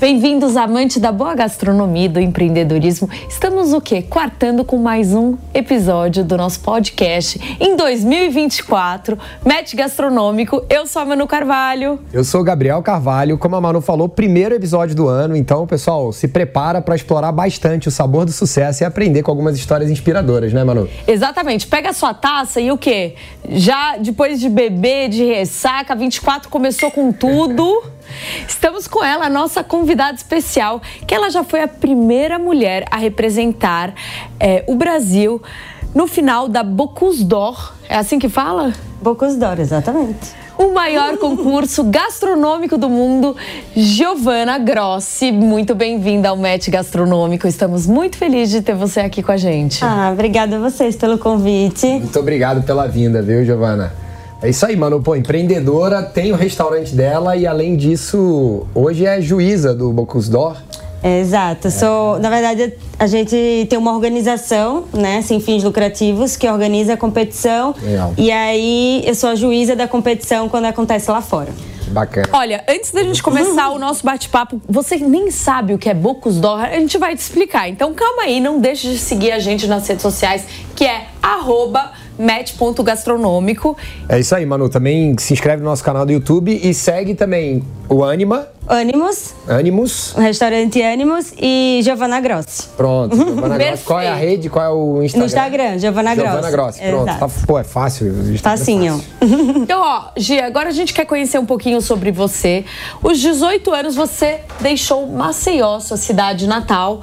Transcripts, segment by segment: Bem-vindos, amante da boa gastronomia e do empreendedorismo. Estamos o quê? Quartando com mais um episódio do nosso podcast em 2024, Match Gastronômico. Eu sou a Manu Carvalho. Eu sou o Gabriel Carvalho. Como a Manu falou, primeiro episódio do ano. Então, pessoal, se prepara para explorar bastante o sabor do sucesso e aprender com algumas histórias inspiradoras, né, Manu? Exatamente. Pega a sua taça e o quê? Já depois de beber, de ressaca, 24 começou com tudo. Estamos com ela, a nossa convidada especial, que ela já foi a primeira mulher a representar é, o Brasil no final da Bocuse d'Or. É assim que fala? Bocuse d'Or, exatamente. O maior concurso gastronômico do mundo, Giovana Grossi. Muito bem-vinda ao MET Gastronômico. Estamos muito felizes de ter você aqui com a gente. Ah, obrigada a vocês pelo convite. Muito obrigado pela vinda, viu, Giovana? É isso aí, mano. Pô, empreendedora, tem o restaurante dela e, além disso, hoje é juíza do Bocus d'Or. É, exato. Sou, na verdade, a gente tem uma organização, né, sem fins lucrativos, que organiza a competição. Legal. E aí eu sou a juíza da competição quando acontece lá fora. Bacana. Olha, antes da gente começar o nosso bate-papo, você nem sabe o que é Bocos d'Or, a gente vai te explicar. Então calma aí, não deixe de seguir a gente nas redes sociais, que é arroba match.gastronômico. É isso aí, Manu. Também se inscreve no nosso canal do YouTube e segue também o Anima, Animus, Animus. o restaurante Animus e Giovanna Grossi. Pronto, Giovana Grossi. Qual é a Perfeito. rede? Qual é o Instagram? Uhum. No Instagram, Giovanna Grossi. Giovana Grossi, pronto. Exato. Tá- pô, é fácil. o Instagram é Facinho. fácil. Então, ó, Gia, agora a gente quer conhecer um pouquinho sobre você. Os 18 anos você deixou Maceió, sua cidade natal,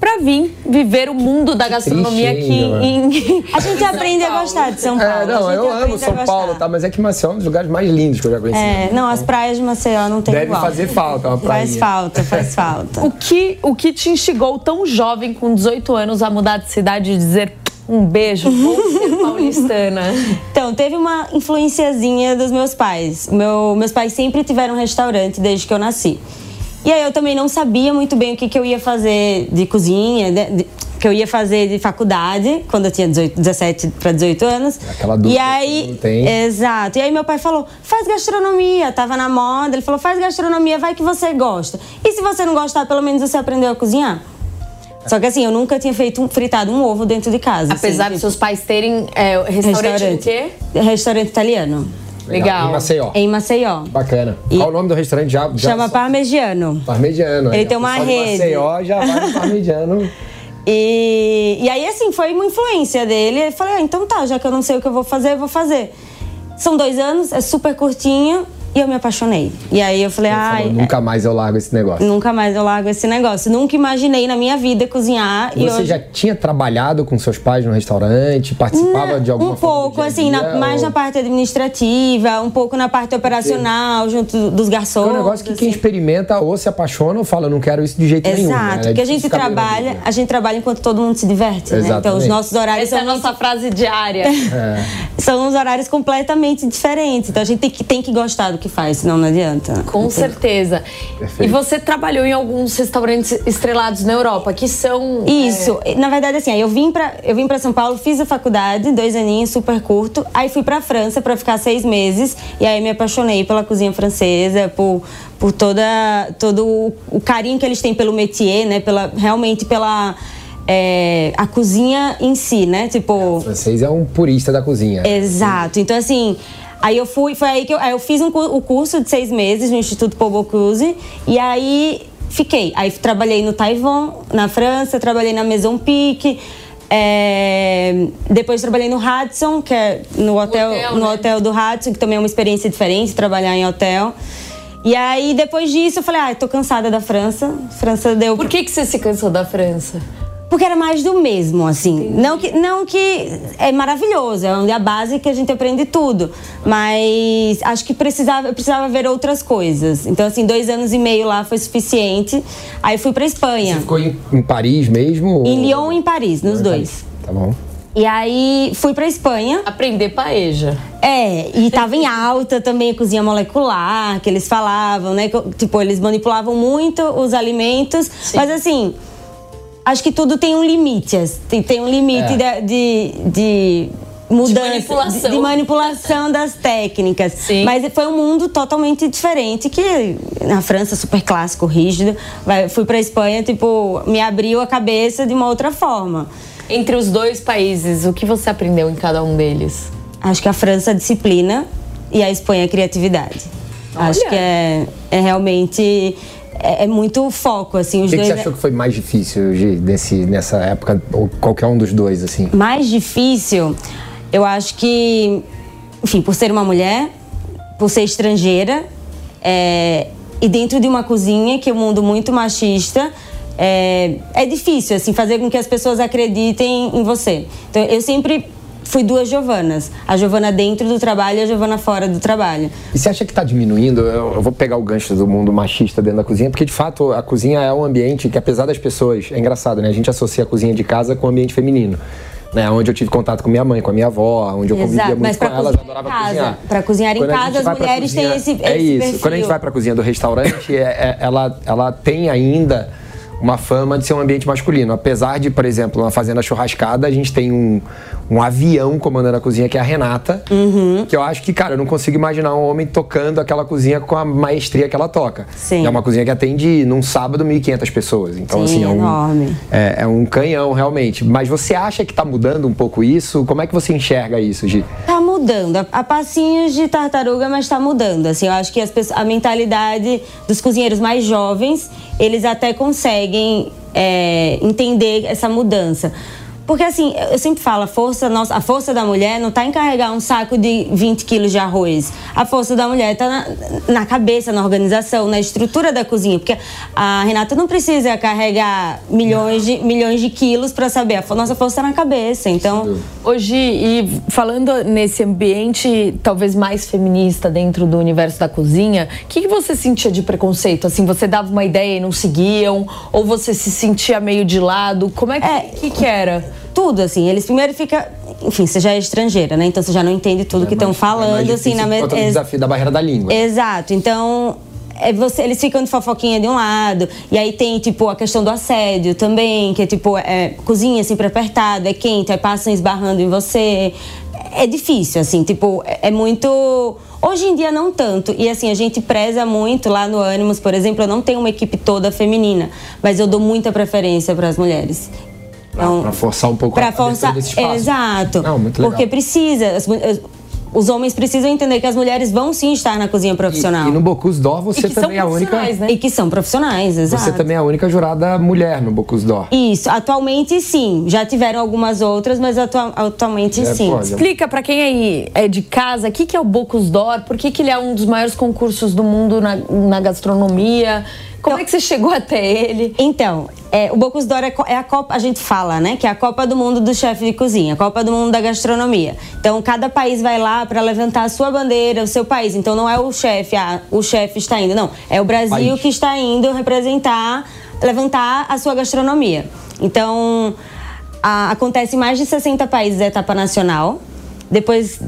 pra vir viver o mundo da gastronomia triste aqui ainda, né? em. A gente aprende a gostar de São Paulo. É, não, a gente eu amo aprende a São gostar. Paulo, tá? Mas é que Maceió é um dos lugares mais lindos que eu já conheci. É, não, as praias de Maceió não tem Deve igual. fazer falta uma praia. Faz falta, faz falta. O que, o que te instigou tão jovem, com 18 anos, a mudar de cidade e dizer um beijo, vou ser paulistana? Então, teve uma influenciazinha dos meus pais. O Meu, meus pais sempre tiveram um restaurante desde que eu nasci. E aí eu também não sabia muito bem o que, que eu ia fazer de cozinha, né, de- que eu ia fazer de faculdade, quando eu tinha 18, 17 para 18 anos. Aquela dúvida E que aí, não tem. Exato. E aí meu pai falou: faz gastronomia, tava na moda. Ele falou: faz gastronomia, vai que você gosta. E se você não gostar, pelo menos você aprendeu a cozinhar. Só que assim, eu nunca tinha feito um, fritado um ovo dentro de casa. assim, Apesar tipo- de seus pais terem é, restaurante, restaurante. quê? Restaurante italiano. Legal. Em Maceió. Em Maceió. Bacana. Qual o nome do restaurante? Já, já Chama Parmegiano. Parmegiano. Ele aí, tem ó. uma Pessoal de rede. Maceió já vai no Parmegiano. E, e aí, assim, foi uma influência dele. Eu falei, ah, então tá, já que eu não sei o que eu vou fazer, eu vou fazer. São dois anos, é super curtinho. E eu me apaixonei. E aí eu falei, ai, é. Falou, nunca mais eu largo esse negócio. nunca mais eu largo esse negócio. Nunca imaginei na minha vida cozinhar. e Você hoje... já tinha trabalhado com seus pais no restaurante? Participava de alguma um pouco forma do assim dia a na- dia, mais ou- na parte administrativa um pouco na parte operacional junto dos garçons É um negócio que quem assim. experimenta ou se apaixona ou fala, não quero isso de jeito nenhum. né? Exato, É porque a difícil gente ficar bem na trabalha, vida. a gente trabalha enquanto todo mundo se diverte, né? Então os Exatamente. nossos horários Essa é a são, nossa frase diária. É. são uns horários completamente diferentes. Então a gente tem que, tem que gostar do que faz, senão não adianta. né? Com certeza. Perfeito. E você trabalhou em alguns restaurantes estrelados na Europa, que são. é, Isso, na verdade assim, aí eu vim pra eu vim para São Paulo, fiz a faculdade, dois aninhos, super curto. Aí fui pra França pra ficar seis meses e aí me apaixonei pela cozinha francesa, por por toda todo o- o carinho que eles têm pelo métier, né? Pela realmente pela é, a cozinha em si, né? Tipo Francês é um purista da cozinha. Exato. Então, assim, aí eu fui, foi aí que eu, aí eu fiz um, cu- o curso de seis meses no Instituto Paul Bocuse e aí fiquei. Aí trabalhei no Taivon, na França, trabalhei na Maison Pique. é, depois trabalhei no Radisson, que é no hotel, hotel, no né? hotel do Radisson, que também é uma experiência diferente trabalhar em hotel. E aí, depois disso, eu falei, ah, tô cansada da França. França deu Por que, que você se cansou da França? porque era mais do mesmo, assim. Não que, não que é maravilhoso, é onde a base que a gente aprende tudo. Mas acho que precisava, eu precisava ver outras coisas. Então, assim, dois anos e meio lá foi suficiente. Aí fui pra Você Espanha. ficou em, em Paris mesmo? ou- Em Lyon e em Paris, nos Em dois. Paris. Tá bom. E aí fui pra Espanha. Aprender paeja. É, e tava em alta também a cozinha molecular, que eles falavam, né? Co- Tipo, eles manipulavam muito os alimentos. Mas assim, acho que tudo tem um limite. as- Tem, tem um limite É. da- de, de, mudança, de manipulação. de manipulação das técnicas. Sim. Mas foi um mundo totalmente diferente que na França super clássico, rígido. Vai- fui para Espanha, tipo, me abriu a cabeça de uma outra forma. Entre os dois países, o que você aprendeu em cada um deles? Acho que a França é disciplina e a Espanha é criatividade. Acho que é, é realmente é, é muito foco assim O os que, que dois. você achou que foi mais difícil Gi, desse- nessa época, ou qualquer um dos dois, assim? mais difícil, eu acho que, enfim, por ser uma mulher, por ser estrangeira, é, e dentro de uma cozinha que é um mundo muito machista, é, é difícil assim fazer com que as pessoas acreditem em você. Então, eu sempre fui duas Giovanas, a Giovana dentro do trabalho e a Giovana fora do trabalho. E você acha que está diminuindo? Eu, eu vou pegar o gancho do mundo machista dentro da cozinha, porque de fato a cozinha é um ambiente que, apesar das pessoas. É engraçado, né? A gente associa a cozinha de casa com o ambiente feminino. Né, onde eu tive contato com minha mãe, com a minha avó, onde eu convivia Exato, muito mas pra com elas, cozinhar adorava em casa. cozinhar. Pra cozinhar em Quando a gente casa, as vai pra mulheres têm esse- É esse isso. perfil. Quando a gente vai pra cozinha do restaurante, é- é- ela, ela tem ainda uma fama de ser um ambiente masculino. Apesar de, por exemplo, na Fazenda Churrascada, a gente tem um, um avião comandando a cozinha, que é a Renata. Uhum. Que eu acho que, cara, eu não consigo imaginar um homem tocando aquela cozinha com a maestria que ela toca. Sim. É uma cozinha que atende, num sábado, 1.500 pessoas. Então, Sim, assim, é um, enorme. É, é um canhão, realmente. Mas você acha que tá mudando um pouco isso? Como é que você enxerga isso, Gi? Tá mudando, a, a passinhos de tartaruga, mas tá mudando. Assim, eu acho que as pessoas- a mentalidade dos cozinheiros mais jovens, eles até conseguem é, entender essa mudança. Porque assim, eu sempre falo, a força, nossa, a força da mulher não tá em carregar um saco de 20 quilos de arroz. A força da mulher tá na, na cabeça, na organização, na estrutura da cozinha. Porque a Renata não precisa carregar milhões de, milhões de quilos para saber. A fo- nossa força tá na cabeça. Então, Hoje, e falando nesse ambiente talvez mais feminista dentro do universo da cozinha, o que, que você sentia de preconceito? Assim, você dava uma ideia e não seguiam? Ou você se sentia meio de lado? Como é que, É. que, que era? tudo, assim. Eles primeiro fica. Enfim, você já é estrangeira, né? Então você já não entende É tudo que estão falando, assim, na mesa. ex- desafio da barreira da língua. Exato. Então. é você- eles ficam de fofoquinha de um lado, e aí tem, tipo, a questão do assédio também, que é tipo, é, cozinha sempre apertada, é quente, aí passam esbarrando em você. É difícil, assim, tipo, é, é muito. Hoje em dia não tanto. E assim, a gente preza muito lá no Animus, por exemplo, eu não tenho uma equipe toda feminina, mas eu dou muita preferência para as mulheres. Pra- pra forçar um pouco a Então, Pra abertura forçar, desse espaço. exato. Não, muito legal. Porque precisa. as mu- as- os homens precisam entender que as mulheres vão sim estar na cozinha é profissional. E, e no Bocuse d'Or você E que são também é a única. profissionais, né? E que são profissionais, exato. Você também é a única jurada mulher no Bocuse d'Or. Isso, atualmente sim. Já tiveram algumas outras, mas atua- atualmente É, sim. pô, olha, Explica pra quem aí é de casa, o que, que é o Bocus d'Or? Por que, que ele é um dos maiores concursos do mundo na, na gastronomia? Como é que você chegou até ele? Então, é, o Bocus d'Or é, co- é a Copa, a gente fala, né? Que é a Copa do Mundo do chefe de cozinha, a Copa do Mundo da gastronomia. Então, cada país vai lá para levantar a sua bandeira, o seu país. Então, não é o chefe, ah, o chefe está indo, não. É o Brasil País. que está indo representar, levantar a sua gastronomia. Então, a- acontece em mais de 60 países a etapa nacional. Depois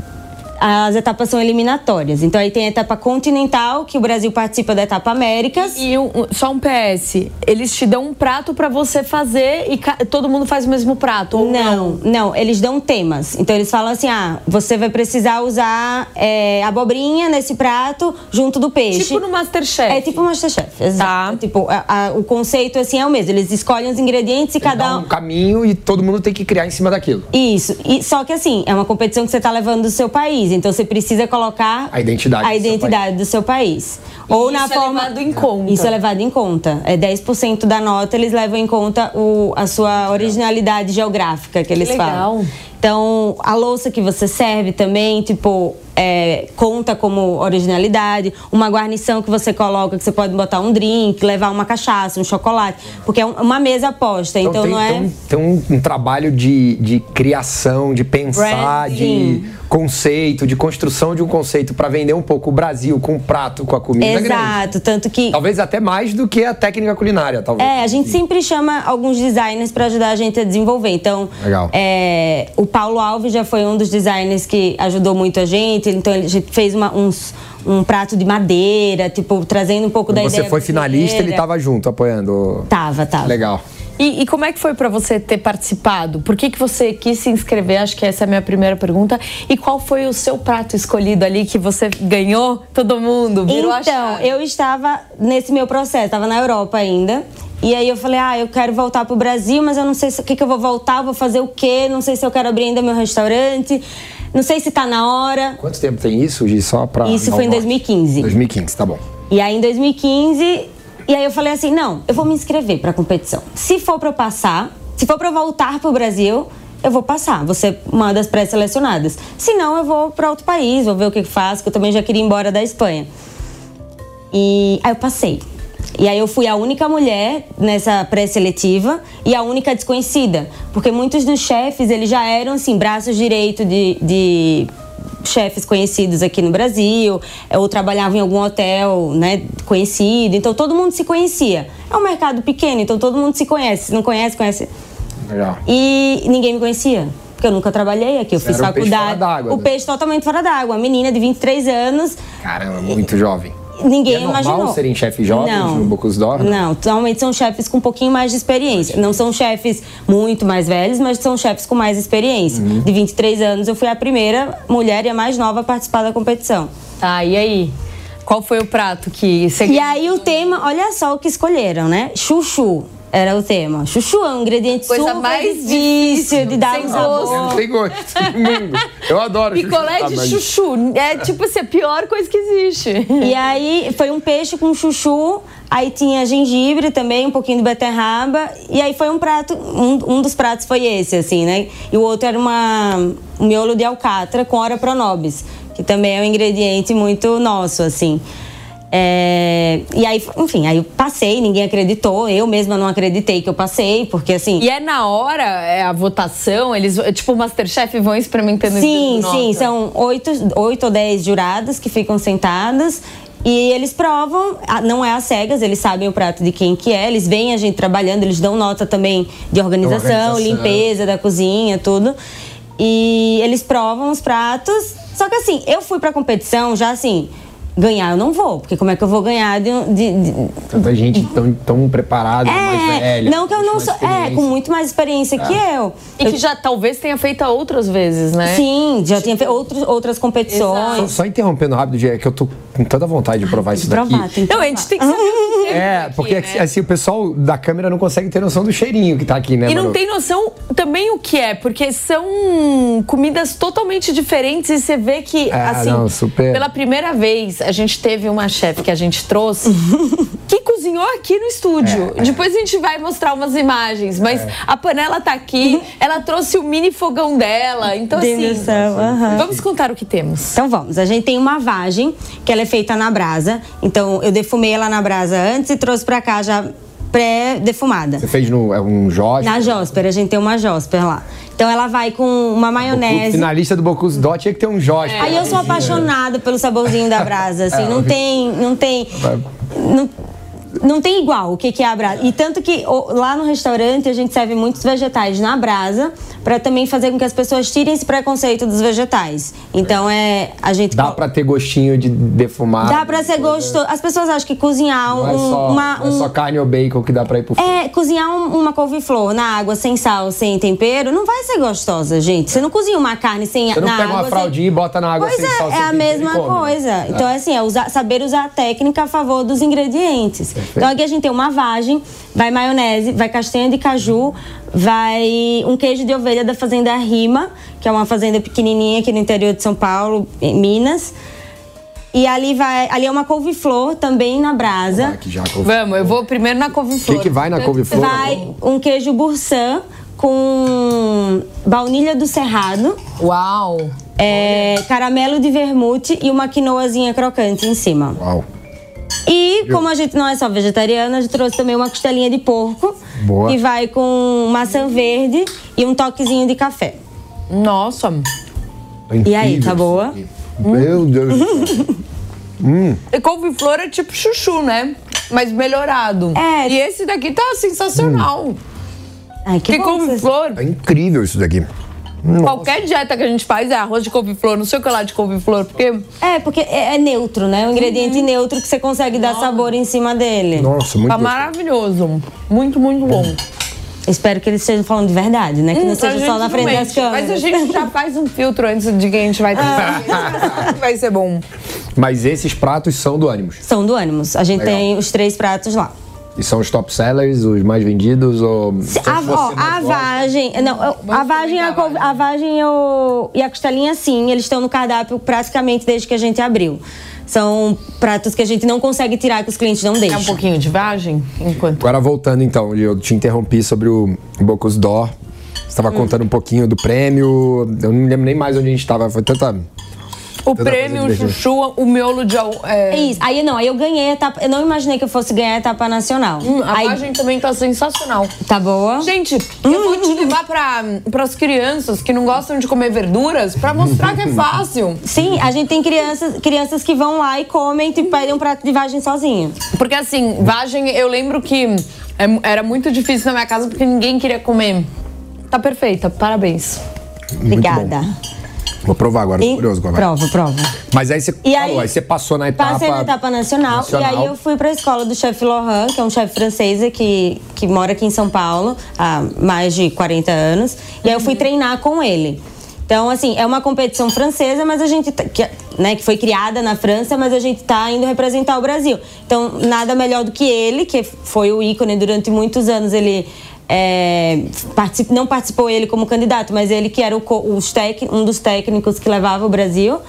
as etapas são eliminatórias. Então aí tem a etapa continental, que o Brasil participa da etapa Américas. E um- um- só um PS, eles te dão um prato pra você fazer e ca- todo mundo faz o mesmo prato? ou Não, não, eles dão temas. Então eles falam assim: ah, você vai precisar usar é, abobrinha nesse prato junto do peixe. Tipo no Masterchef. É tipo Masterchef, exato. Tá. Tipo, a- a- o conceito assim é o mesmo. Eles escolhem os ingredientes e Dá cada um caminho e todo mundo tem que criar em cima daquilo. Isso. E, só que assim, é uma competição que você está levando do seu país. Então você precisa colocar A identidade a do seu identidade do seu país. Ou na isso é forma. levado em conta. Isso é levado em conta. É 10% da nota, eles levam em conta o- a sua originalidade geográfica que eles legal. falam. Então, a louça que você serve também, tipo, é, conta como originalidade. Uma guarnição que você coloca, que você pode botar um drink, levar uma cachaça, um chocolate. Porque é um- uma mesa aposta, então, tem, não é. tem um- tem um, um trabalho de, de criação, de pensar, Branding. de conceito, de construção de um conceito para vender um pouco o Brasil com o prato, com a comida é grande. Tá Exato, tanto que Talvez até mais do que a técnica culinária, talvez. É, a gente sempre chama alguns designers pra ajudar a gente a desenvolver. Então, Legal. é, o Paulo Alves já foi um dos designers que ajudou muito a gente. Então, ele já fez uma- uns- um prato de madeira, tipo, trazendo um pouco Quando da Tá. você ideia. foi finalista, ele brasileira. tava junto, apoiando. Tava, tava. Legal. E, e como é que foi para você ter participado? Por que, que você quis se inscrever? Acho que essa é a minha primeira pergunta. E qual foi o seu prato escolhido ali que você ganhou todo mundo? Virou a Então, chave? eu estava nesse meu processo, estava na Europa ainda. E aí eu falei, ah, eu quero voltar pro Brasil, mas eu não sei se- o que, que eu vou voltar, vou fazer o quê, não sei se eu quero abrir ainda meu restaurante, não sei se tá na hora. Quanto tempo tem isso, Gi? Só pra. Isso dar um foi em norte. 2015. 2015, tá bom. E aí em 2015, e aí eu falei assim, não, eu vou me inscrever pra competição. Se for pra eu passar, se for pra eu voltar pro Brasil, eu vou passar, vou ser uma das pré-selecionadas. Se não, eu vou pra outro país, vou ver o que que faço, que eu também já queria ir embora da Espanha. E aí eu passei. E aí eu fui a única mulher nessa pré-seletiva e a única desconhecida. Porque muitos dos chefes, eles já eram, assim, braços direito de, de chefes conhecidos aqui no Brasil. eh, Ou trabalhavam em algum hotel, né, conhecido. Então todo mundo se conhecia. É um mercado pequeno, então todo mundo se conhece. Se não conhece, conhece. Legal. E ninguém me conhecia. Porque eu nunca trabalhei aqui, eu Você fiz era o peixe faculdade. fora d'água, o né? peixe totalmente fora d'água. Uma menina de 23 anos, Caramba, muito jovem. Ninguém E é normal imaginou. serem chefes jovens não. no Bocuse d'Or? Não, normalmente são chefes com um pouquinho mais de experiência. Não são chefes muito mais velhos, mas são chefes com mais experiência. Uhum. De 23 anos, eu fui a primeira mulher e a mais nova a participar da competição. Tá, e aí? Qual foi o prato que você E aí o tema, olha só o que escolheram, né? Chuchu era o tema. Chuchu é um ingrediente Coisa super mais difícil de dar sem um gosto. sabor. Não tem gosto. no mundo. Eu adoro Picolé chuchu. Ah, de mas- chuchu. É tipo assim, a pior coisa que existe. E aí foi um peixe com chuchu, aí tinha gengibre também, um pouquinho de beterraba. E aí foi um prato, um, um dos pratos foi esse, assim, né? E o outro era uma, um miolo de alcatra com ora pronobis, que também é um ingrediente muito nosso, assim. É, e aí, enfim, aí eu passei, ninguém acreditou, eu mesma não acreditei que eu passei, porque assim. E é na hora, é a votação, eles, é tipo, o Masterchef vão experimentando Sim, isso. sim, são oito, oito ou dez juradas que ficam sentadas e eles provam, ah, não é às cegas, eles sabem o prato de quem que é, eles veem a gente trabalhando, eles dão nota também de organização, organização. limpeza da cozinha, tudo. E eles provam os pratos. Só que assim, eu fui pra competição já assim, ganhar eu não vou, porque como é que eu vou ganhar de, um- de- de- Tanta gente tão, tão preparada, mais velha. É, não que eu gente não mais Ah. sou, é, experiente. com muito mais experiência que eu. E que já talvez tenha feito outras vezes, né? Sim, já tinha feito outros- outras competições. Só, só interrompendo rápido, Gê, é que eu tô com tanta vontade de provar isso daqui. Provar, tem que Não, a gente tem que saber o que teve É, aqui, porque né? assim, o pessoal da câmera não consegue ter noção do cheirinho que tá aqui, né, E não Manu? tem noção também o que é, porque são comidas totalmente diferentes e você vê que, Ah, assim, não, super. pela primeira vez a gente teve uma chefe que a gente trouxe que cozinhou aqui no estúdio. É, Depois a gente vai mostrar umas imagens, mas a panela tá aqui, ela trouxe o mini fogão dela, então Tem assim. noção, aham. Vamos contar o que temos. Então vamos, a gente tem uma vagem que ela é feita na brasa. Então eu defumei ela na brasa antes e trouxe pra cá já pré-defumada. Você fez no, é um Jorge. Na Jóspera, a gente tem uma Jóspera lá. Então ela vai com uma O maionese. finalista do Bocuse d'Or tinha que ter um Jorge. É. Aí eu sou apaixonada pelo saborzinho da brasa, assim, não tem, não tem, não, não tem igual o que que é a brasa. E tanto que o- lá no restaurante a gente serve muitos vegetais na brasa pra também fazer com que as pessoas tirem esse preconceito dos vegetais. Então é a gente Dá col- pra ter gostinho de defumado. Dá pra ser gostoso. As pessoas acham que cozinhar Não um, é só, uma. não é um- só carne ou bacon que dá pra ir pro fogo. é, cozinhar um- uma couve-flor na água, sem sal, sem tempero, não vai ser gostosa, gente. Você não cozinha uma carne sem Você não na pega uma água, fraldinha e bota na água Pois sem é, sal, é sem a tempero e mesma come. coisa. Então, é assim, é usar- saber usar a técnica a favor dos ingredientes. Então, aqui a gente tem uma vagem, vai maionese, vai castanha de caju, vai um queijo de ovelha da Fazenda Rima, que é uma fazenda pequenininha aqui no interior de São Paulo, em Minas. E ali vai, ali é uma couve-flor também na brasa. Ah, que já couve- Vamos, eu vou primeiro na couve-flor. O que que vai na couve-flor? Vai um queijo bursan com baunilha do cerrado, Uau! é, caramelo de vermute e uma quinoazinha crocante em cima. Uau. E como a gente não é só vegetariana, a gente trouxe também uma costelinha de porco Boa. que vai com maçã verde e um toquezinho de café. Nossa! E aí, É Incrível tá isso boa? aqui. Meu Deus do céu. E couve-flor é tipo chuchu, né? Mas melhorado. É. E esse daqui tá sensacional. Ai, que Porque bom que vocês- couve-flor, É incrível isso daqui. qualquer dieta que a gente faz é arroz de couve-flor, não sei o que lá de couve-flor, porque É, porque é, é neutro, né? É um ingrediente Uhum. neutro que você consegue dar sabor em cima dele. Nossa, muito tá gostoso. maravilhoso. Muito, muito bom. Espero que eles estejam falando de verdade, né? Que não A seja Hum, gente só na não frente das mente, câmeras. Mas Ah. a gente já faz um filtro antes de que a gente vai ter. vai ser bom. Mas esses pratos são do Animus. São do Animus. A gente Legal. tem os três pratos lá. E são os top sellers, os mais vendidos, ou. Se- A, ó, a vagem. Não, eu- a vagem, a, cov- a vagem eu- e a costelinha, sim, eles estão no cardápio praticamente desde que a gente abriu. São pratos que a gente não consegue tirar, que os clientes não É deixam. um pouquinho de vagem? Enquanto. Agora voltando então, eu te interrompi sobre o Bocus d'Or. Você estava Hum. contando um pouquinho do prêmio. Eu não me lembro nem mais onde a gente estava. Foi tanta. O coisa prêmio, o divertida. chuchu, o miolo de. al- É É... isso. Aí não, aí eu ganhei a etapa. Eu não imaginei que eu fosse ganhar a etapa nacional. Hum, A aí, vagem também tá sensacional. Tá boa? Gente, eu vou te levar para as crianças que não gostam de comer verduras pra mostrar que é fácil. Sim, a gente tem crianças, crianças que vão lá e comem e pedem um prato de vagem sozinho. Porque assim, vagem, eu lembro que é- era muito difícil na minha casa porque ninguém queria comer. Tá perfeita, parabéns. Obrigada. Vou provar agora, tô E- curioso com a vagem. prova, prova. Mas aí você E falou, aí- aí você passou na etapa. Passei na etapa nacional, e aí eu fui pra escola do chefe Lohan, que é um chefe francês que, que mora aqui em São Paulo há mais de 40 anos. E aí eu fui treinar com ele. Então, assim, é uma competição francesa, mas a gente. tá- Que, né, que foi criada na França, mas a gente tá indo representar o Brasil. Então, nada melhor do que ele, que foi o ícone durante muitos anos. Ele. é, particip- não participou ele como candidato, mas ele que era o co- os tec- um dos técnicos que levava o Brasil.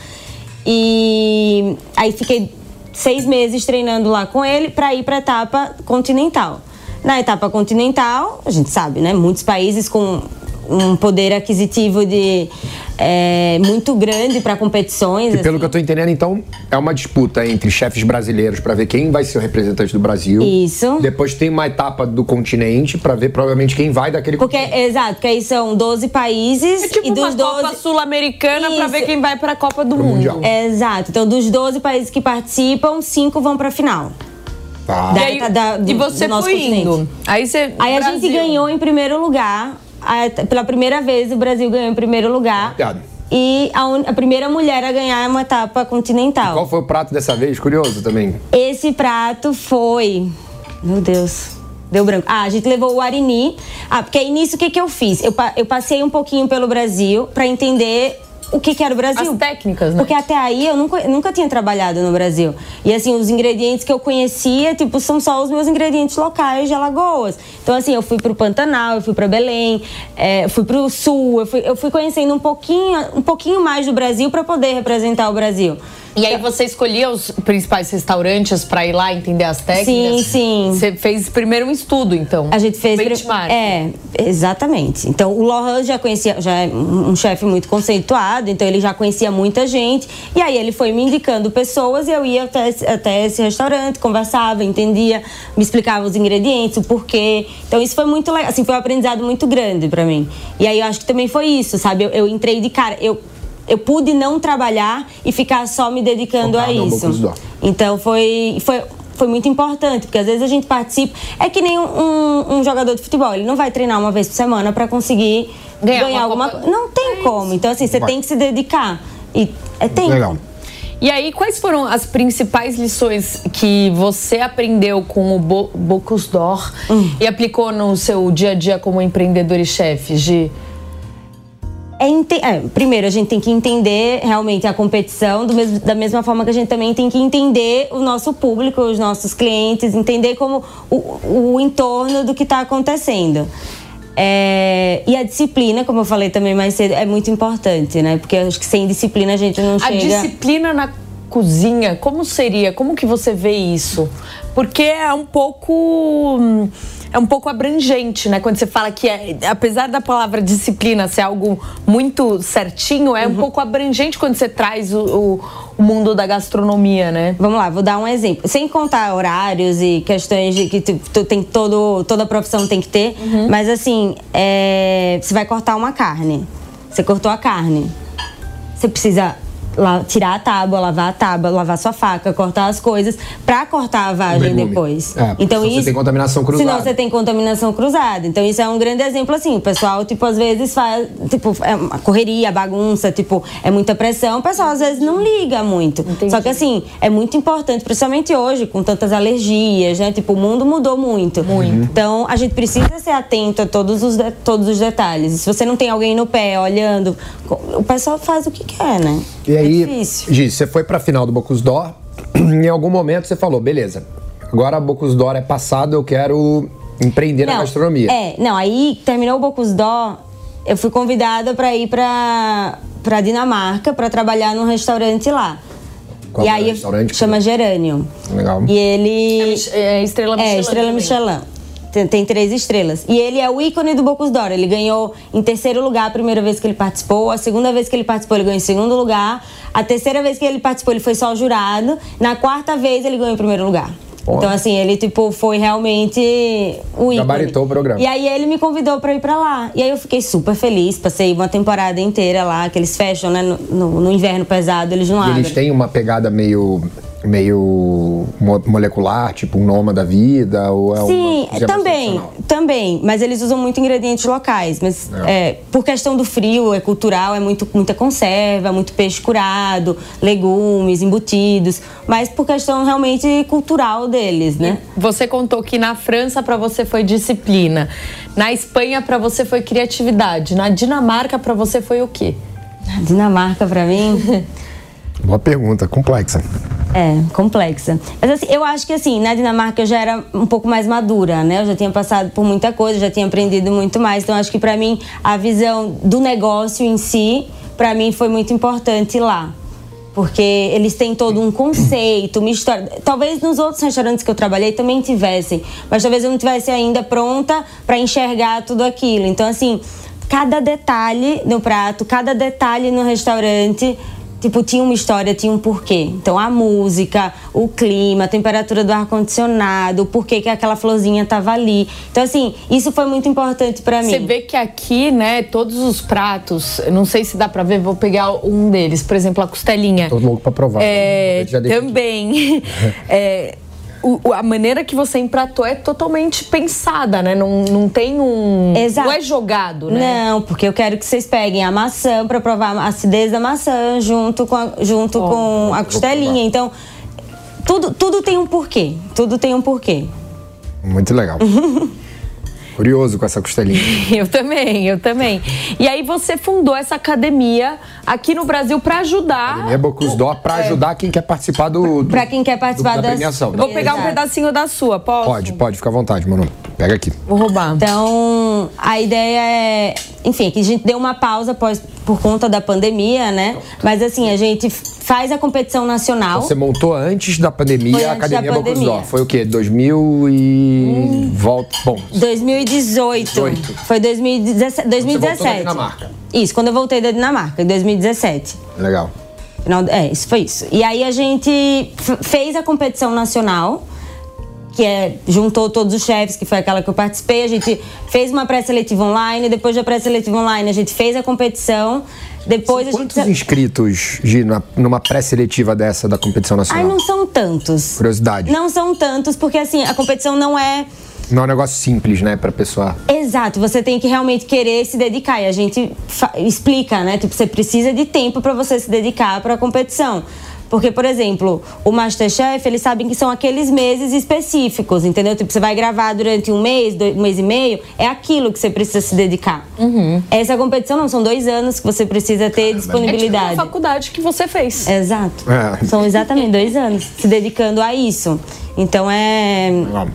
E aí fiquei seis meses treinando lá com ele para ir para a etapa continental. Na etapa continental, a gente sabe, né? Muitos países com um poder aquisitivo de é, muito grande para competições. E pelo assim. que eu tô entendendo, então, é uma disputa entre chefes brasileiros pra ver quem vai ser o representante do Brasil. Isso. Depois tem uma etapa do continente pra ver provavelmente quem vai daquele Porque, é exato, que aí são 12 países É tipo e uma dos 12. Copa Sul-Americana pra Isso. ver quem vai pra Copa do Pro Mundo. Mundial. Exato. Então, dos 12 países que participam, cinco vão para a final. Tá. E, Da- aí, da- do- e você do nosso foi indo. continente. Aí você. Aí a É Brasil. gente ganhou em primeiro lugar. A- pela primeira vez, o Brasil ganhou em primeiro lugar. Obrigado. E a, un- a primeira mulher a ganhar é uma etapa continental. Qual foi o prato dessa vez? Curioso também. Esse prato foi. Meu Deus. Deu branco. Ah, a gente levou o Arini. Ah, porque aí nisso o que, que eu fiz? Eu, pa- eu passei um pouquinho pelo Brasil pra entender o que, que era o Brasil. As técnicas, né? Porque até aí eu nunca, nunca tinha trabalhado no Brasil. E assim, os ingredientes que eu conhecia, tipo, são só os meus ingredientes locais de Alagoas. Então, assim, eu fui pro Pantanal, eu fui pra Belém, eh, fui pro Sul, eu fui, eu fui conhecendo um pouquinho, um pouquinho mais do Brasil pra poder representar o Brasil. E aí você escolhia os principais restaurantes pra ir lá entender as técnicas? Sim, sim. Você fez primeiro um estudo, então. A gente fez. Benchmark. É, exatamente. Então, o Lohan já conhecia, já é um um chefe muito conceituado, então ele já conhecia muita gente. E aí ele foi me indicando pessoas e eu ia até, esse- até esse restaurante, conversava, entendia, me explicava os ingredientes, o porquê. Então, isso foi muito legal. Assim, foi um aprendizado muito grande pra mim. E aí eu acho que também foi isso, sabe? Eu, eu entrei de cara. Eu, eu pude não trabalhar e ficar só me dedicando a Focado ao Bocuse isso. d'Or. Então foi, foi, foi muito importante, porque às vezes a gente participa. É que nem um, um- um jogador de futebol, ele não vai treinar uma vez por semana para conseguir Ganhar ganhar, uma alguma Copa. É coisa. Não tem como. Então, assim, você Vai. tem que se dedicar. E é tempo. Legal. E aí, quais foram as principais lições que você aprendeu com o Bo Bocus d'Or Hum. e aplicou no seu dia a dia como empreendedor e chefe, Gi? É ente- é, primeiro, a gente tem que entender realmente a competição, do mesmo- da mesma forma que a gente também tem que entender o nosso público, os nossos clientes, entender como o, o entorno do que está acontecendo. É, e a disciplina, como eu falei também mais cedo, é muito importante, né? Porque eu acho que sem disciplina a gente não A chega. disciplina na cozinha, como seria? Como que você vê isso? Porque é um pouco hum, é um pouco abrangente, né? Quando você fala que é- apesar da palavra disciplina ser algo muito certinho, Uhum. é um pouco abrangente quando você traz o, o- o mundo da gastronomia, né? Vamos lá, vou dar um exemplo. Sem contar horários e questões de que tu, tu tem todo, toda profissão tem que ter, Uhum. mas assim, é, você vai cortar uma carne. Você cortou a carne. Você precisa la- tirar a tábua, lavar a tábua, lavar sua faca, cortar as coisas, pra cortar a vagem Legume. depois. É, então senão você isso. tem contaminação cruzada. Senão você tem contaminação cruzada. Então isso é um grande exemplo assim. O pessoal, tipo, às vezes faz, tipo, é uma correria, bagunça, tipo, é muita pressão. O pessoal às vezes não liga muito. Só que assim, é muito importante, principalmente hoje, com tantas alergias, né? Tipo, o mundo mudou muito. Muito. Então a gente precisa ser atento a todos os, de- todos os detalhes. E Se você não tem alguém no pé olhando, co- o pessoal faz o que quer, né? E É aí, difícil. Gi, você foi pra final do Bocus d'Or. em algum momento você falou, beleza, agora Bocus d'Or é passado, eu quero empreender na gastronomia. É, não, aí terminou o Bocus d'Or, eu fui convidada pra ir pra, pra Dinamarca pra trabalhar num restaurante lá. Qual e é o aí restaurante? chama Gerânio. Legal. E ele É, estrela Michelin. é, estrela também. Michelin. Tem, tem três estrelas. E ele é o ícone do Bocus d'Or. Ele ganhou em terceiro lugar a primeira vez que ele participou. A segunda vez que ele participou, ele ganhou em segundo lugar. A terceira vez que ele participou, ele foi só jurado. Na quarta vez, ele ganhou em primeiro lugar. Olha. Então, assim, ele, tipo, foi realmente o ícone. Gabaritou o programa. E aí, ele me convidou pra ir pra lá. E aí, eu fiquei super feliz. Passei uma temporada inteira lá, que eles fecham, né? No, no- no inverno pesado, eles não E abrem. eles têm uma pegada meio, meio mo- molecular, tipo um noma da vida, ou é uma Sim, coisa mais também, tradicional? também. Mas eles usam muito ingredientes locais. Mas é, por questão do frio, é cultural, é muito, muita conserva, muito peixe curado, legumes, embutidos. Mas por questão realmente cultural deles, né? Você contou que na França pra você foi disciplina, na Espanha pra você foi criatividade, na Dinamarca pra você foi o quê? Dinamarca, pra mim, Boa pergunta, complexa. É, complexa. Mas assim, eu acho que assim, na Dinamarca eu já era um pouco mais madura, né? Eu já tinha passado por muita coisa, já tinha aprendido muito mais. Então acho que pra mim a visão do negócio em si, pra mim foi muito importante lá. Porque eles têm todo um conceito, uma história. Talvez nos outros restaurantes que eu trabalhei também tivessem, mas talvez eu não tivesse ainda pronta pra enxergar tudo aquilo. Então assim, cada detalhe no prato, cada detalhe no restaurante Tipo, tinha uma história, tinha um porquê. Então, a música, o clima, a temperatura do ar-condicionado, o porquê que aquela florzinha tava ali. Então, assim, isso foi muito importante pra mim. Você vê que aqui, né, todos os pratos, eu não sei se dá pra ver, vou pegar um deles, por exemplo, a costelinha. Tô louco pra provar. É, Eu já deixei de- também. É, o- o- a maneira que você empratou é totalmente pensada, né? Não, não tem um. Exato. Não é jogado, né? Não, porque eu quero que vocês peguem a maçã pra provar a acidez da maçã junto com a, junto com a costelinha. Então, tudo, tudo tem um porquê. Tudo tem um porquê. Muito legal. Curioso com essa costelinha. Eu também, eu também. E aí você fundou essa academia aqui no Brasil pra ajudar. É Bocus d'Or pra ajudar quem quer participar do. do- Pra quem quer participar da das- premiação. né? Eu vou pegar um Exato. pedacinho da sua, posso? Pode, pode, fica à vontade, Manu. Pega aqui. Vou roubar. Então, a ideia é. Enfim, que a gente deu uma pausa após, por conta da pandemia, né? Mas assim, a gente faz a competição nacional. Você montou antes da pandemia Foi a antes da Academia Bocus pandemia. Hum. d'Or. Foi o quê? 2000 e. Volta. Bom, 2018. 18. Foi 2017. voltou da 2017. Dinamarca. Isso, quando eu voltei da Dinamarca, em 2017. legal. Final- é, isso foi isso. E aí a gente f- fez a competição nacional, que é, juntou todos os chefes, que foi aquela que eu participei. A gente fez uma pré-seletiva online, depois da pré-seletiva online a gente fez a competição. Depois a Quantos gente. inscritos, Gi, na- numa pré-seletiva dessa da competição Ai, nacional? não são tantos. Curiosidade. Não são tantos, porque assim, a competição não é Não é um negócio simples, né, pra pessoa. Exato, você tem que realmente querer se dedicar. E a gente fa- explica, né? Tipo, você precisa de tempo para você se dedicar para a competição. Porque, por exemplo, o Masterchef, eles sabem que são aqueles meses específicos, entendeu? Tipo, você vai gravar durante um mês, dois, um mês e meio, é aquilo que você precisa se dedicar. Essa competição não, são dois anos que você precisa ter É disponibilidade. tipo a faculdade que você fez. Exato. É. São exatamente dois anos se dedicando a isso. Então é. Legal.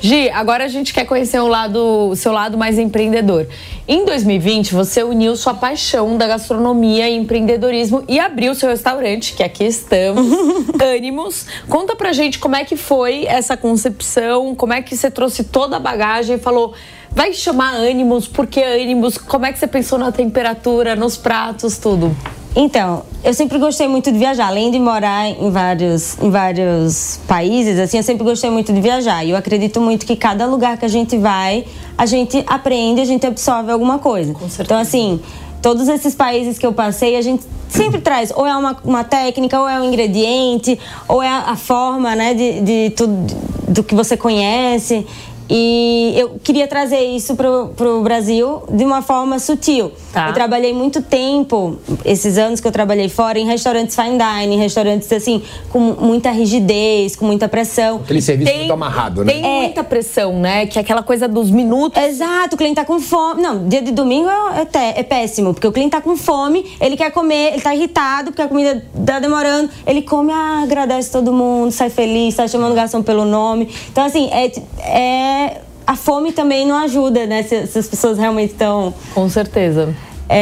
Gi, agora a gente quer conhecer o, lado, o seu lado mais empreendedor. Em 2020, você uniu sua paixão da gastronomia e empreendedorismo e abriu seu restaurante, que aqui estamos, Ânimos. Conta pra gente como é que foi essa concepção, como é que você trouxe toda a bagagem e falou, vai chamar Ânimos, por que Ânimos? Como é que você pensou na temperatura, nos pratos, tudo? Então, eu sempre gostei muito de viajar. Além de morar em vários, em vários países, assim, eu sempre gostei muito de viajar. E eu acredito muito que cada lugar que a gente vai, a gente aprende, a gente absorve alguma coisa. Com certeza. então, assim, todos esses países que eu passei, a gente sempre traz ou é uma, uma técnica, ou é um ingrediente, ou é a, a forma, né, de, de tudo do que você conhece. E eu queria trazer isso pro, pro Brasil de uma forma sutil. Tá. Eu trabalhei muito tempo, esses anos que eu trabalhei fora, em restaurantes fine dining, em restaurantes assim, com muita rigidez, com muita pressão. Aquele serviço tá muito amarrado, né? Tem muita pressão, né? Que é aquela coisa dos minutos. Exato, o cliente tá com fome. Não, dia de domingo é, é té- é péssimo, porque o cliente tá com fome, ele quer comer, ele tá irritado, porque a comida tá demorando. Ele come, ah, agradece todo mundo, sai feliz, sai chamando o garçom pelo nome. Então, assim, é. ti- é- a fome também não ajuda, né? Se, se as pessoas realmente estão. Com certeza.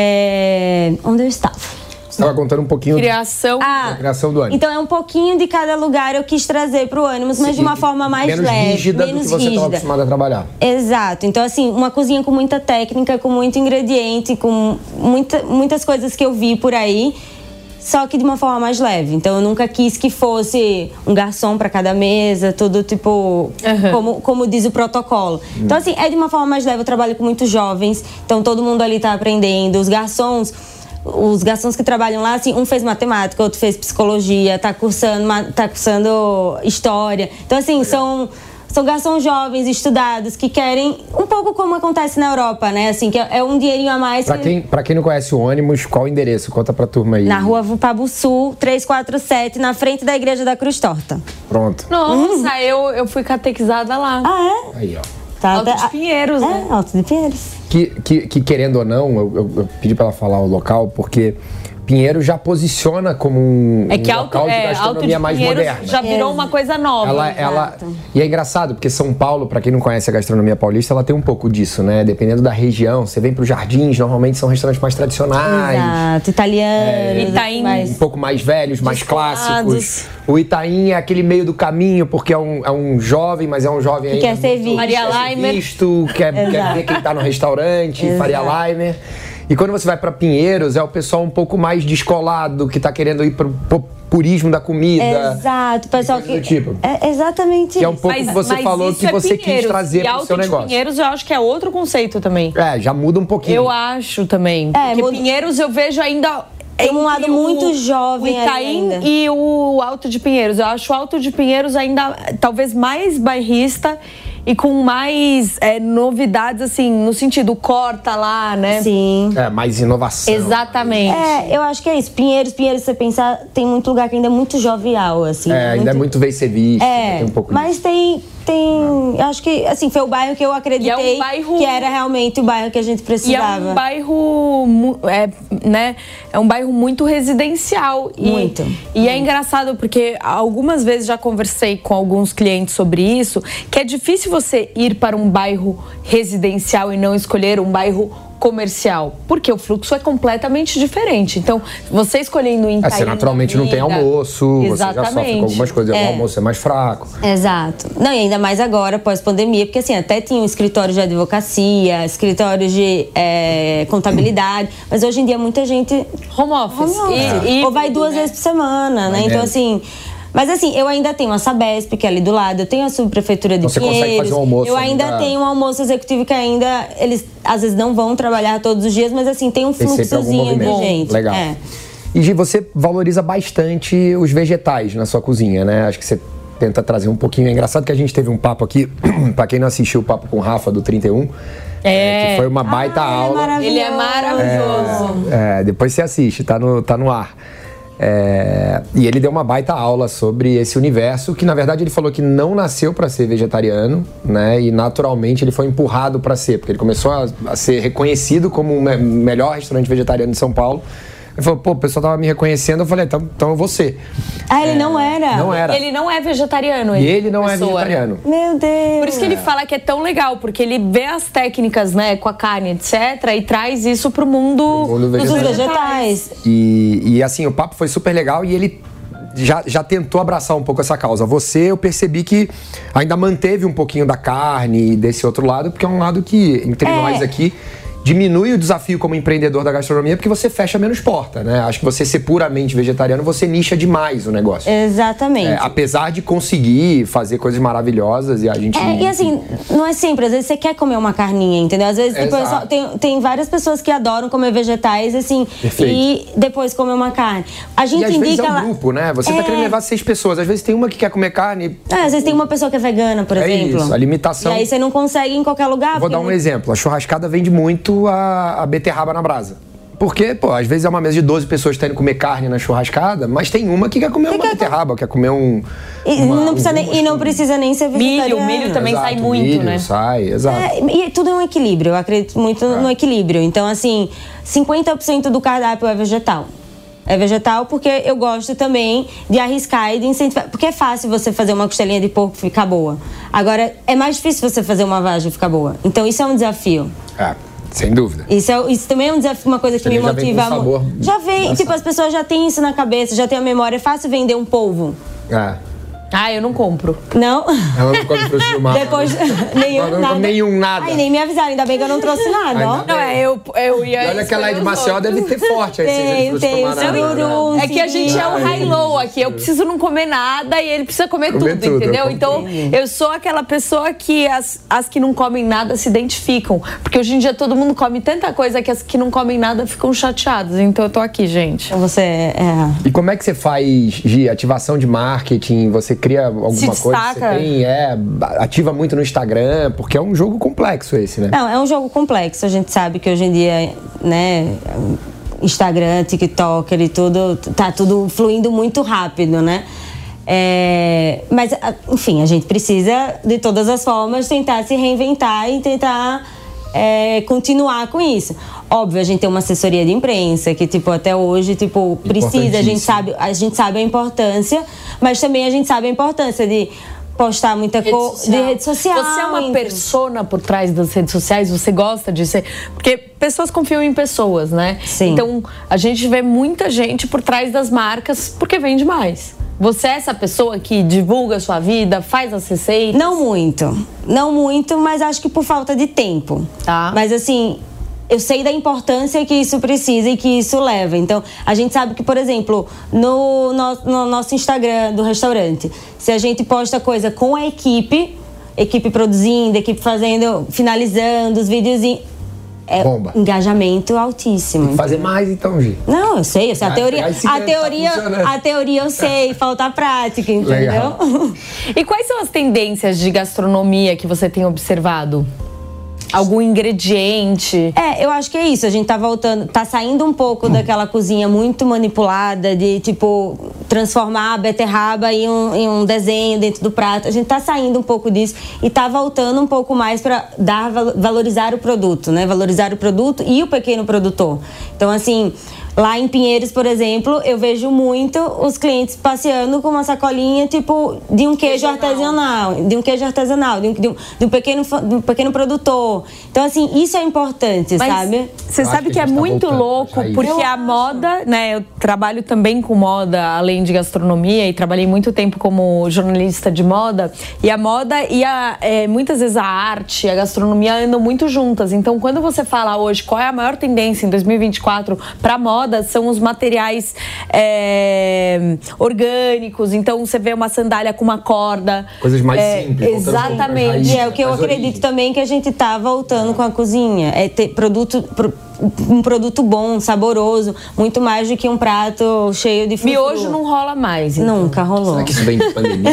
É, onde eu estava? Você estava contando um pouquinho Criação. Ah, da criação do ânimo. Então é um pouquinho de cada lugar eu quis trazer pro ânimos, mas de uma forma mais menos leve, rígida do menos que você estava rígida. acostumado a trabalhar. Exato. Então, assim, uma cozinha com muita técnica, com muito ingrediente, com muita, muitas coisas que eu vi por aí, só que de uma forma mais leve. Então, eu nunca quis que fosse um garçom para cada mesa, tudo tipo. Como, como diz o protocolo. Então, assim, é de uma forma mais leve. Eu trabalho com muitos jovens, então todo mundo ali tá aprendendo. Os garçons os garçons que trabalham lá, assim, um fez matemática, outro fez psicologia, tá cursando, ma- tá cursando história. Então, assim, são, são garçons jovens, estudados, que querem, um pouco como acontece na Europa, né? Assim, que é é um dinheirinho a mais. Pra que- quem, pra quem não conhece o ônibus, qual o endereço? Conta pra turma aí. Na rua Vupabu Sul, 347, na frente da Igreja da Cruz Torta. Pronto. Nossa, eu, eu fui catequizada lá. Ah, é? Aí, ó. Tá, Alto tá- de Pinheiros, é, né? Alto de Pinheiros. Que, que, que, querendo ou não, eu, eu- eu pedi pra ela falar o local, porque Pinheiro já posiciona como um, É que um alto, local de é, alto de gastronomia mais Pinheiros moderna. já virou uma coisa nova. Ela, ela... E é engraçado, porque São Paulo, pra quem não conhece a gastronomia paulista, ela tem um pouco disso, né? Dependendo da região, você vem pros jardins, normalmente são restaurantes mais tradicionais. Exato, tá italiano. Itaim. mas- um pouco mais velhos, mais clássicos. O Itaim é aquele meio do caminho, porque é um, é um jovem, mas é um jovem ainda quer ser muito- visto. Maria quer ser Laimer. Visto, quer, quer ver quem tá no restaurante, Faria Leimer. E quando você vai pra Pinheiros, é o pessoal um pouco mais descolado, que tá querendo ir pro po- purismo da comida. Exato, pessoal coisa que. do tipo. É exatamente Que é um isso. pouco que você falou isso que é você quis Pinheiros. trazer e pro Alto seu de negócio. Pinheiros eu acho que é outro conceito também. É, já muda um pouquinho. Eu acho também. É, porque muda- Pinheiros eu vejo ainda. Tem um lado entre muito jovem O Itaim ainda. e o Alto de Pinheiros. Eu acho o Alto de Pinheiros ainda eh, talvez mais bairrista e com mais é, novidades, assim, no sentido corta lá, né? Sim. É, mais inovação. Exatamente. É, eu acho que é isso. Pinheiros, Pinheiros, se você pensar, tem muito lugar que ainda é muito jovial, assim. É, ainda é muito bem ser visto. É, tem um pouco mas tem, tem... Eu acho que, assim, foi o bairro que eu acreditei é um bairro- que era realmente o bairro que a gente E é precisava. um bairro, mu- é, né? É um bairro muito residencial. E, Muito. E é engraçado porque algumas vezes já conversei com alguns clientes sobre isso, que é difícil você ir para um bairro residencial e não escolher um bairro comercial, porque o fluxo é completamente diferente. Então, você escolhendo em tá É, você naturalmente não tem almoço, você já sofre Exatamente. com algumas coisas, o É. almoço é mais fraco. Exato. Não, e ainda mais agora, pós-pandemia, porque assim, até tinha um escritório de advocacia, escritório de eh, contabilidade, mas hoje em dia muita gente home office. Home E- office. e- Ou vai duas vezes por semana, né? Então, é. assim. Mas assim, eu ainda tenho a Sabesp, que é ali do lado, eu tenho a subprefeitura de Então, você consegue Pinheiros. fazer um almoço eu ainda- ainda tenho um almoço executivo que ainda. Eles às vezes não vão trabalhar todos os dias, mas assim, tem um Tem sempre algum fluxozinho de movimento. gente. Legal. É. E Gi, você valoriza bastante os vegetais na sua cozinha, né? Acho que você tenta trazer um pouquinho. É engraçado que a gente teve um papo aqui, pra quem não assistiu o papo com o Rafa do 31, é, que foi uma baita Ah, ele é aula. Ele é maravilhoso. É, depois você assiste, tá no, tá no ar. É, e ele deu uma baita aula sobre esse universo, que na verdade ele falou que não nasceu pra ser vegetariano, né? E naturalmente ele foi empurrado pra ser, porque ele começou a, a ser reconhecido como o me- melhor restaurante vegetariano de São Paulo. Ele falou, pô, o pessoal tava me reconhecendo, eu falei, então, então eu vou ser. Ah, ele não era? É. Não era. Ele não é vegetariano. e ele não é pessoa. né? vegetariano. Meu Deus. Por isso que ele fala que é tão legal, porque ele vê as técnicas, né, com a carne, etc, e traz isso pro mundo, Pro mundo dos Dos vegetariano. vegetais. E, e, assim, o papo foi super legal e ele já, já tentou abraçar um pouco essa causa. Você, eu percebi que ainda manteve um pouquinho da carne e desse outro lado, porque é um lado que, entre É. nós aqui, diminui o desafio como empreendedor da gastronomia porque você fecha menos porta, né? Acho que você ser puramente vegetariano, você nicha demais o negócio. Exatamente. É, apesar de conseguir fazer coisas maravilhosas e a gente. É, e assim, não é sempre. Às vezes você quer comer uma carninha, entendeu? Às vezes tipo, Exato. eu só- tem, tem várias pessoas que adoram comer vegetais, assim, Perfeito. e depois comer uma carne. A gente E às indica vezes é um lá- grupo, né? Você tá É. querendo levar seis pessoas. Às vezes tem uma que quer comer carne. É, às vezes tem uma pessoa que é vegana, por É exemplo. isso, a limitação- E aí você não consegue em qualquer lugar. Vou dar um porque- exemplo. A churrascada vende muito a, a beterraba na brasa. Porque, pô, às vezes é uma mesa de 12 pessoas que tá indo comer carne na churrascada, mas tem uma que quer comer uma beterraba, quer comer um. E, uma- não precisa um nem, hummus e não com- precisa nem ser Milho, vegetariano. milho também Exato, um sai muito, milho, né? Sai, exato. É, e é- tudo é um equilíbrio, eu acredito muito É. no equilíbrio. Então, assim, 50% do cardápio é vegetal. É vegetal porque eu gosto também de arriscar e de incentivar. Porque é fácil você fazer uma costelinha de porco ficar boa. Agora, é mais difícil você fazer uma vagem ficar boa. Então, isso é um desafio. É, sem dúvida. Isso, é, isso também é um desafio, uma coisa que me Ele já vem motiva com mu- sabor Já vem, tipo, as pessoas já têm isso na cabeça, já têm a memória. É fácil vender um polvo. É. Ah, eu não compro. Não? Ela não come frutos do mar. Depois, nenhum, Ah. Agora eu não nada. como nenhum, nada. Ai, nem me avisaram, ainda bem que eu não trouxe nada, Ainda ó. bem. Não, é, eu, eu ia. E olha que ela é de Maceió, deve ter forte aí, né? Tem, frutos tem, do mar. tem né? um- É que a gente é um Ai, high-low aqui. Eu preciso não comer nada e ele precisa comer, Comer tudo, tudo, entendeu? eu um. Então, eu sou aquela pessoa que as, as que não comem nada se identificam. Porque hoje em dia todo mundo come tanta coisa que as que não comem nada ficam chateadas. Então, eu tô aqui, gente. Você é. E como é que você faz, Gi, ativação de marketing? Você cria alguma coisa? que Você destaca? tem, é, ativa muito no Instagram, porque é um jogo complexo esse, né? Não, é um jogo complexo. A gente sabe que hoje em dia, né? Instagram, TikTok e tudo, tá tudo fluindo muito rápido, né? É, mas, a- enfim, a gente precisa, de todas as formas, tentar se reinventar e tentar é, continuar com isso. Óbvio, a gente tem uma assessoria de imprensa que, tipo, até hoje, tipo, precisa, a gente Importantíssimo. sabe sabe- a gente sabe a importância, mas também a gente sabe a importância de postar muita coisa de rede social. Você é uma entendeu? persona por trás das redes sociais, você gosta de ser. Porque pessoas confiam em pessoas, né? Sim. Então a gente vê muita gente por trás das marcas porque vende mais. Você é essa pessoa que divulga a sua vida, faz as receitas. Não muito. Não muito, mas acho que por falta de tempo. Tá. Mas assim, eu sei da importância que isso precisa e que isso leva. Então, a gente sabe que, por exemplo, no, no- no nosso Instagram do restaurante, se a gente posta coisa com a equipe, equipe produzindo, equipe fazendo, finalizando os vídeos e. É, Bomba. engajamento altíssimo. Fazer mais então, Gi. Não, eu sei, eu sei. A Ah, teoria, aí se a tá teoria, funcionando. a teoria eu sei, falta a prática, entendeu? Legal. E quais são as tendências de gastronomia que você tem observado? Algum ingrediente? É, eu acho que é isso. A gente tá voltando, tá saindo um pouco daquela cozinha muito manipulada de tipo transformar a beterraba em um, em um desenho dentro do prato. A gente tá saindo um pouco disso e tá voltando um pouco mais para dar val- valorizar o produto, né? Valorizar o produto e o pequeno produtor. Então assim, lá em Pinheiros, por exemplo, eu vejo muito os clientes passeando com uma sacolinha tipo de um queijo artesanal, de um queijo artesanal, de um, de um- de um pequeno fa- de um pequeno produtor. Então assim, isso é importante, Mas sabe? Você Eu acho sabe que que a é gente tá muito voltando louco, às raízes. porque Eu a acho. moda, né? Eu trabalho também com moda, além de gastronomia, e trabalhei muito tempo como jornalista de moda. E a moda e a, é, muitas vezes a arte e a gastronomia andam muito juntas. Então, quando você fala hoje qual é a maior tendência em 2024 para moda, são os materiais é, orgânicos. Então, você vê uma sandália com uma corda. Coisas mais É, simples. voltando um pra exatamente. raiz, E é o que eu as acredito origens. também que a gente tá voltando com a cozinha. É ter produto, pro- um produto bom, saboroso, muito mais do que um prato cheio de frufru. É, Miojo não rola mais. então. Nunca rolou. Será que isso é vem de pandemia?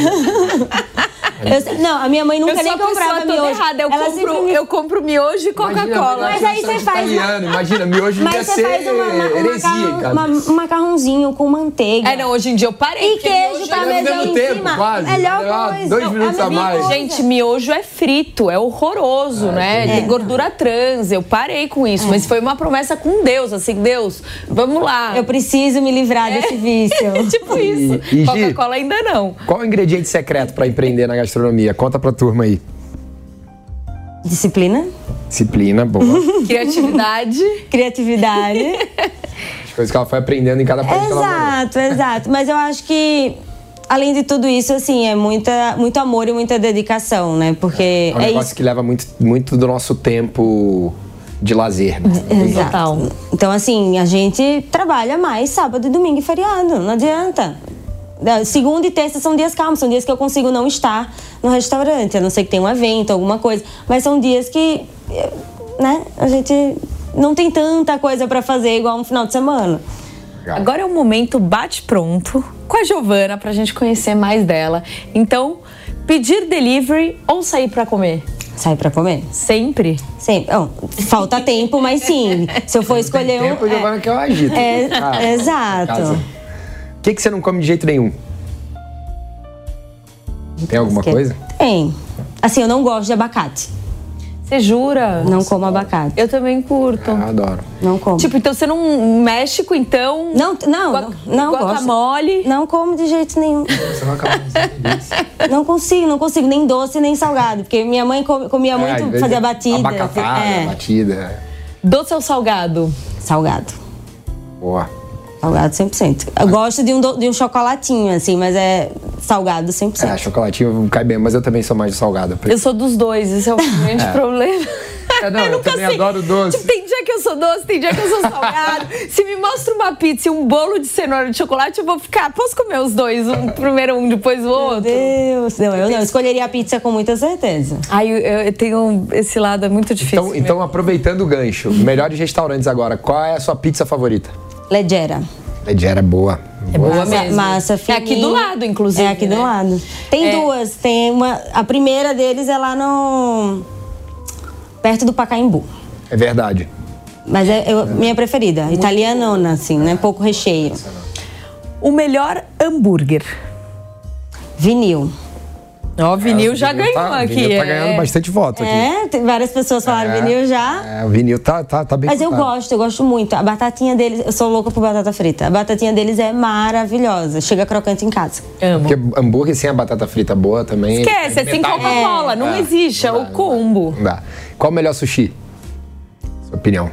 Eu sei- não, a minha mãe nunca eu nem sou a pessoa comprava toda miojo. errada. Eu, Ela compro, sempre me- eu compro miojo e Coca-Cola. Mas aí você faz uma- Italiano, imagina, miojo Mas ia você ser é, faz uma, uma- um, heresia, macarrão- cara. uma- um macarrãozinho com manteiga. né? É, não, hoje em dia eu parei. E porque queijo miojo tá é- ao mesmo mesmo em tempo, cima. quase. Melhor Ah, coisa. dois Não, minutos a melhor mais. coisa. Gente, miojo é frito, é horroroso, é né? Tem gordura trans, eu parei com isso. Mas foi uma promessa com Deus, assim, Deus, vamos lá. Eu preciso me livrar É. desse vício. tipo isso. E- e, Gi? Coca-Cola ainda não. Qual o ingrediente secreto pra empreender na gastronomia? Conta pra turma aí. Disciplina, Disciplina, boa. Criatividade. criatividade. As coisas que ela foi aprendendo em cada país que ela morou. Exato, exato. Mas eu acho que, além de tudo isso, assim, é muita, muito amor e muita dedicação, né? Porque É um é, negócio isso. que leva muito, muito do nosso tempo de lazer. Né? Exato. Então, assim, a gente trabalha mais sábado, e domingo e feriado, não adianta. Da- Segunda e terça são dias calmos, são dias que eu consigo não estar no restaurante, a não ser que tenha um evento, alguma coisa. Mas são dias que, eh, né, a gente não tem tanta coisa pra fazer igual um final de semana. Agora é o momento bate-pronto com a Giovana pra gente conhecer mais dela. Então, pedir delivery ou sair pra comer? Sai pra comer. Sempre. Sempre. Bom, falta tempo, mas sim. Se eu for escolher um. Tempo, Giovana, que eu agito. É, Ah, em exato. casa. O que, que você não come de jeito nenhum? Tem alguma Que- coisa? Tem. Assim, eu não gosto de abacate. Você jura? Não como abacate. Eu também curto. Ah, Eu adoro. Não como. Tipo, então você não. México, então. não, não, Gua- não, não gosto. guacamole. Não como de jeito nenhum. Você vai acabar Não consigo, não consigo. Nem doce, nem salgado. Porque minha mãe come- É, comia É muito, fazia batida. Abacatada, é, né? batida. Doce ou salgado? Salgado. Boa. Salgado 100%. Eu gosto de um, do- de um chocolatinho, assim, mas é salgado É, 100%. chocolatinho cai bem, mas eu também sou mais de salgado. Eu sou dos dois, esse é o grande problema. É, não, eu nunca também adoro doce. Tipo, tem dia que eu sou doce, tem dia que eu sou salgado. Se me mostra uma pizza e um bolo de cenoura de chocolate, eu vou ficar. Posso comer os dois? Um primeiro um, depois o Meu outro? Deus. Não, eu não. Eu escolheria a pizza com muita certeza. Ai, eu, eu tenho. Esse lado é muito difícil. Então, então, aproveitando o gancho, melhores restaurantes agora. Qual é a sua pizza favorita? Legera. Legera, boa. É Boa Massa, mesmo. massa É aqui do fininha. lado, inclusive. É aqui do né? lado. Tem É. duas. Tem uma. A primeira deles é lá no. Perto do Pacaembu. É verdade. Mas é eu- minha preferida. Italianona, assim, né? Pouco recheio. Então- O melhor hambúrguer. Vinil. Ó, o vinil já Ah, O ganhou tá, aqui. O vinil tá é. ganhando bastante voto aqui. É, tem várias pessoas falaram É. vinil já. É, o vinil tá, tá, tá bem Mas eu cotado. gosto, eu gosto muito. A batatinha deles, eu sou louca por batata frita. A batatinha deles é maravilhosa. Chega crocante em casa. Amo. Porque hambúrguer sem a batata frita boa também. Esquece, é sem metade- Coca-Cola, não É, existe, é não o dá, não dá, combo. Não dá. Qual o melhor sushi? Sua opinião.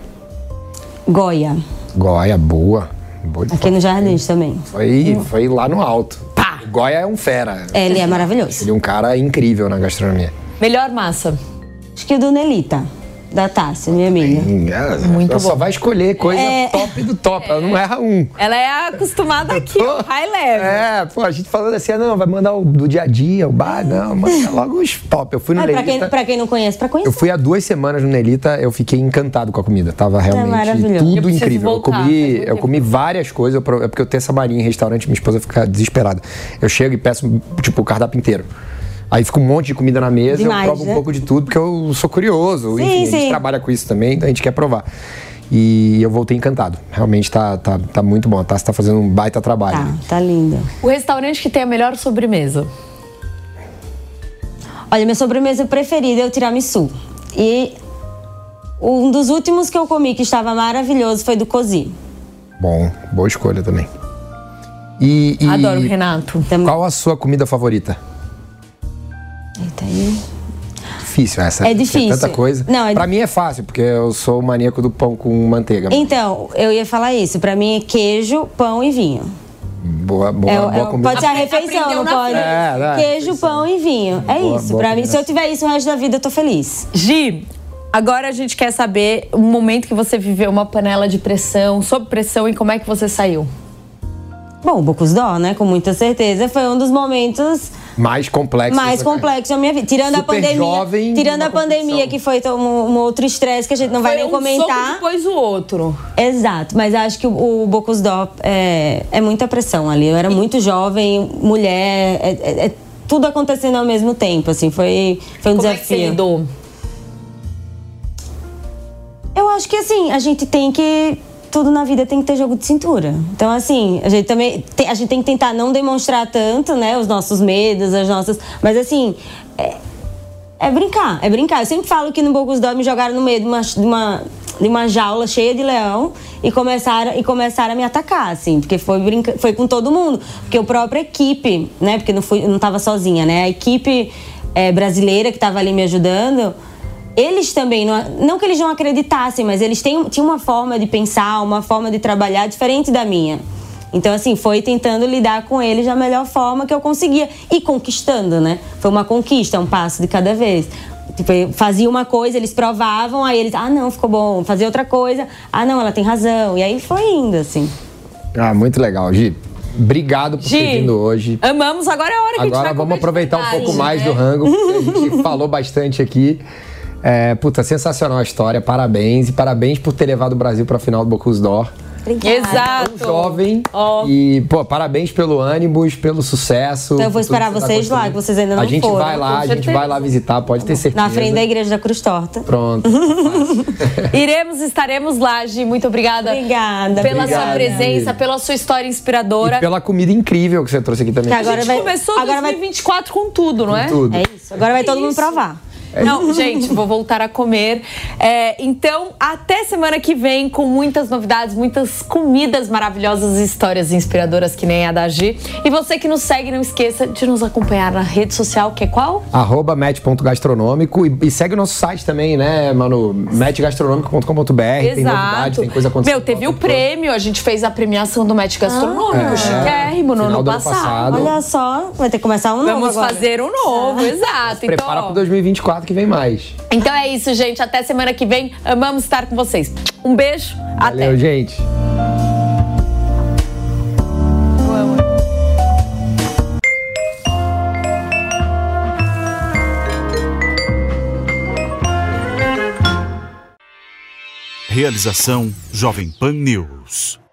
Goia. Goia, boa. boa de Aqui no Jardins também. Foi, foi lá no alto. Pá! O Goya é um fera. Ele é maravilhoso. Ele é um cara incrível na gastronomia. Melhor massa. Acho que o do Nelita, da Tássia, minha amiga. Muito ela só vai escolher coisa top do top. Ela não erra um. Ela é acostumada aqui, ó, high level. É, pô, a gente falando assim, ah, não, vai mandar o do dia a dia, o bar, não, manda logo os top. Eu fui no Ah, pra, Nelita. quem, pra quem não conhece, pra Eu conhecer. fui há duas semanas no Nelita, eu fiquei encantado com a comida. Tava realmente maravilhoso. Eu tudo preciso incrível. voltar, eu faz comi, muito eu tempo. comi várias coisas, eu pro- é porque eu tenho essa mania em restaurante, minha esposa fica desesperada. Eu chego e peço, tipo, o cardápio inteiro. Aí fica um monte de comida na mesa, Demais, eu provo né? um pouco de tudo, porque eu sou curioso. Sim, Enfim, a gente sim. trabalha com isso também, então a gente quer provar. E eu voltei encantado. Realmente tá, tá, tá muito bom. Tá, você tá fazendo um baita trabalho. Tá, tá linda. O restaurante que tem a melhor sobremesa. Olha, minha sobremesa preferida é o tiramisu. E um dos últimos que eu comi que estava maravilhoso foi do Cozi. Bom, boa escolha também. E, e Adoro o Renato. Então, qual a sua comida favorita? Eita, aí. Difícil né? essa. É tem difícil. Tanta coisa. Não, é pra di- mim é fácil, porque eu sou o maníaco do pão com manteiga. Então, eu ia falar isso. Pra mim é queijo, pão e vinho. Boa, boa, É, boa é, comida. pode ser a Apre- refeição, aprendeu não na pode? frente. É, né, Queijo, pão e vinho. É Boa- isso. boa Pra mim, se combinação. eu tiver isso o resto da vida, eu tô feliz. Gi, agora a gente quer saber o momento que você viveu uma panela de pressão, sob pressão e como é que você saiu. Bom, o Bocus Dó, né? Com muita certeza. Foi um dos momentos Mais complexo. né? mais essa- complexos da minha vida. Tirando a Super pandemia. jovem, tirando uma a pandemia, competição. que foi to- um, um outro estresse que a gente não Foi vai nem um soco comentar. Um depois o outro. Exato, mas acho que o, o Bocus Dó é, é muita pressão ali. Eu era muito jovem, mulher, é, é- é tudo acontecendo ao mesmo tempo, assim, foi, foi um como é que desafio. você lidou? Eu acho que assim, a gente tem que. Tudo na vida tem que ter jogo de cintura. Então, assim, a gente também. te- A gente tem que tentar não demonstrar tanto, né? Os nossos medos, as nossas. Mas assim. É, é brincar, é brincar. Eu sempre falo que no Bocus Dó me jogaram no meio de uma, de uma, de uma jaula cheia de leão e começaram, e começaram a me atacar, assim, porque foi, brinca, foi com todo mundo. Porque a própria equipe, né? Porque não fui, eu não tava sozinha, né? A equipe eh, brasileira que tava ali me ajudando eles também, não, não que eles não acreditassem, mas eles têm, tinham uma forma de pensar, uma forma de trabalhar diferente da minha. Então, assim, foi tentando lidar com eles da melhor forma que eu conseguia. E conquistando, né? Foi uma conquista, um passo de cada vez. Tipo, eu fazia uma coisa, eles provavam, aí eles, ah, não, ficou bom. Fazia outra coisa, ah, não, ela tem razão. E aí foi indo, assim. Ah, muito legal, Gi. Obrigado por ter vindo hoje. Amamos, agora é a hora que a gente vai Agora comer vamos de aproveitar um verdade, pouco né? mais do rango, porque a gente falou bastante aqui. É, puta, sensacional a história, parabéns. E parabéns por ter levado o Brasil para a final do Bocuse d'Or. Obrigada. Exato. Jovem. Ó. E, pô, parabéns pelo ânimo, pelo sucesso. Então eu vou por tudo esperar que você tá vocês lá, construindo. que vocês ainda A não gente foram, vai lá, com a gente certeza. vai lá visitar, pode ter certeza. Na frente da igreja da Cruz Torta. Pronto. Iremos, estaremos lá, Gi. Muito obrigada. Obrigada. Pela sua Obrigado, presença, amiga. pela sua história e inspiradora. pela comida incrível que você trouxe aqui também. Que A agora gente vai- começou agora vai- 2024 com tudo, não é? Tudo. É isso. Agora vai todo mundo Isso. provar. É Não, gente, vou voltar a comer. É, então, até semana que vem com muitas novidades, muitas comidas maravilhosas e histórias inspiradoras que nem a da Gi. E você que nos segue, não esqueça de nos acompanhar na rede social, que é qual? arroba match.gastronômico e, e segue o nosso site também, né, mano? matchgastronômico.com.br tem novidade, tem coisa acontecendo. Meu, teve o tempo todo. prêmio, a gente fez a premiação do Match Gastronômico, É. chiquérrimo, no Final ano do ano passado. passado. Ah. Olha só, vai ter que começar um novo Vamos agora. fazer um novo, exato. Prepara então, pro 2024 que vem mais. então é isso, gente. Até semana que vem. Amamos estar com vocês. Um beijo, até. Valeu, gente. Realização Jovem Pan News.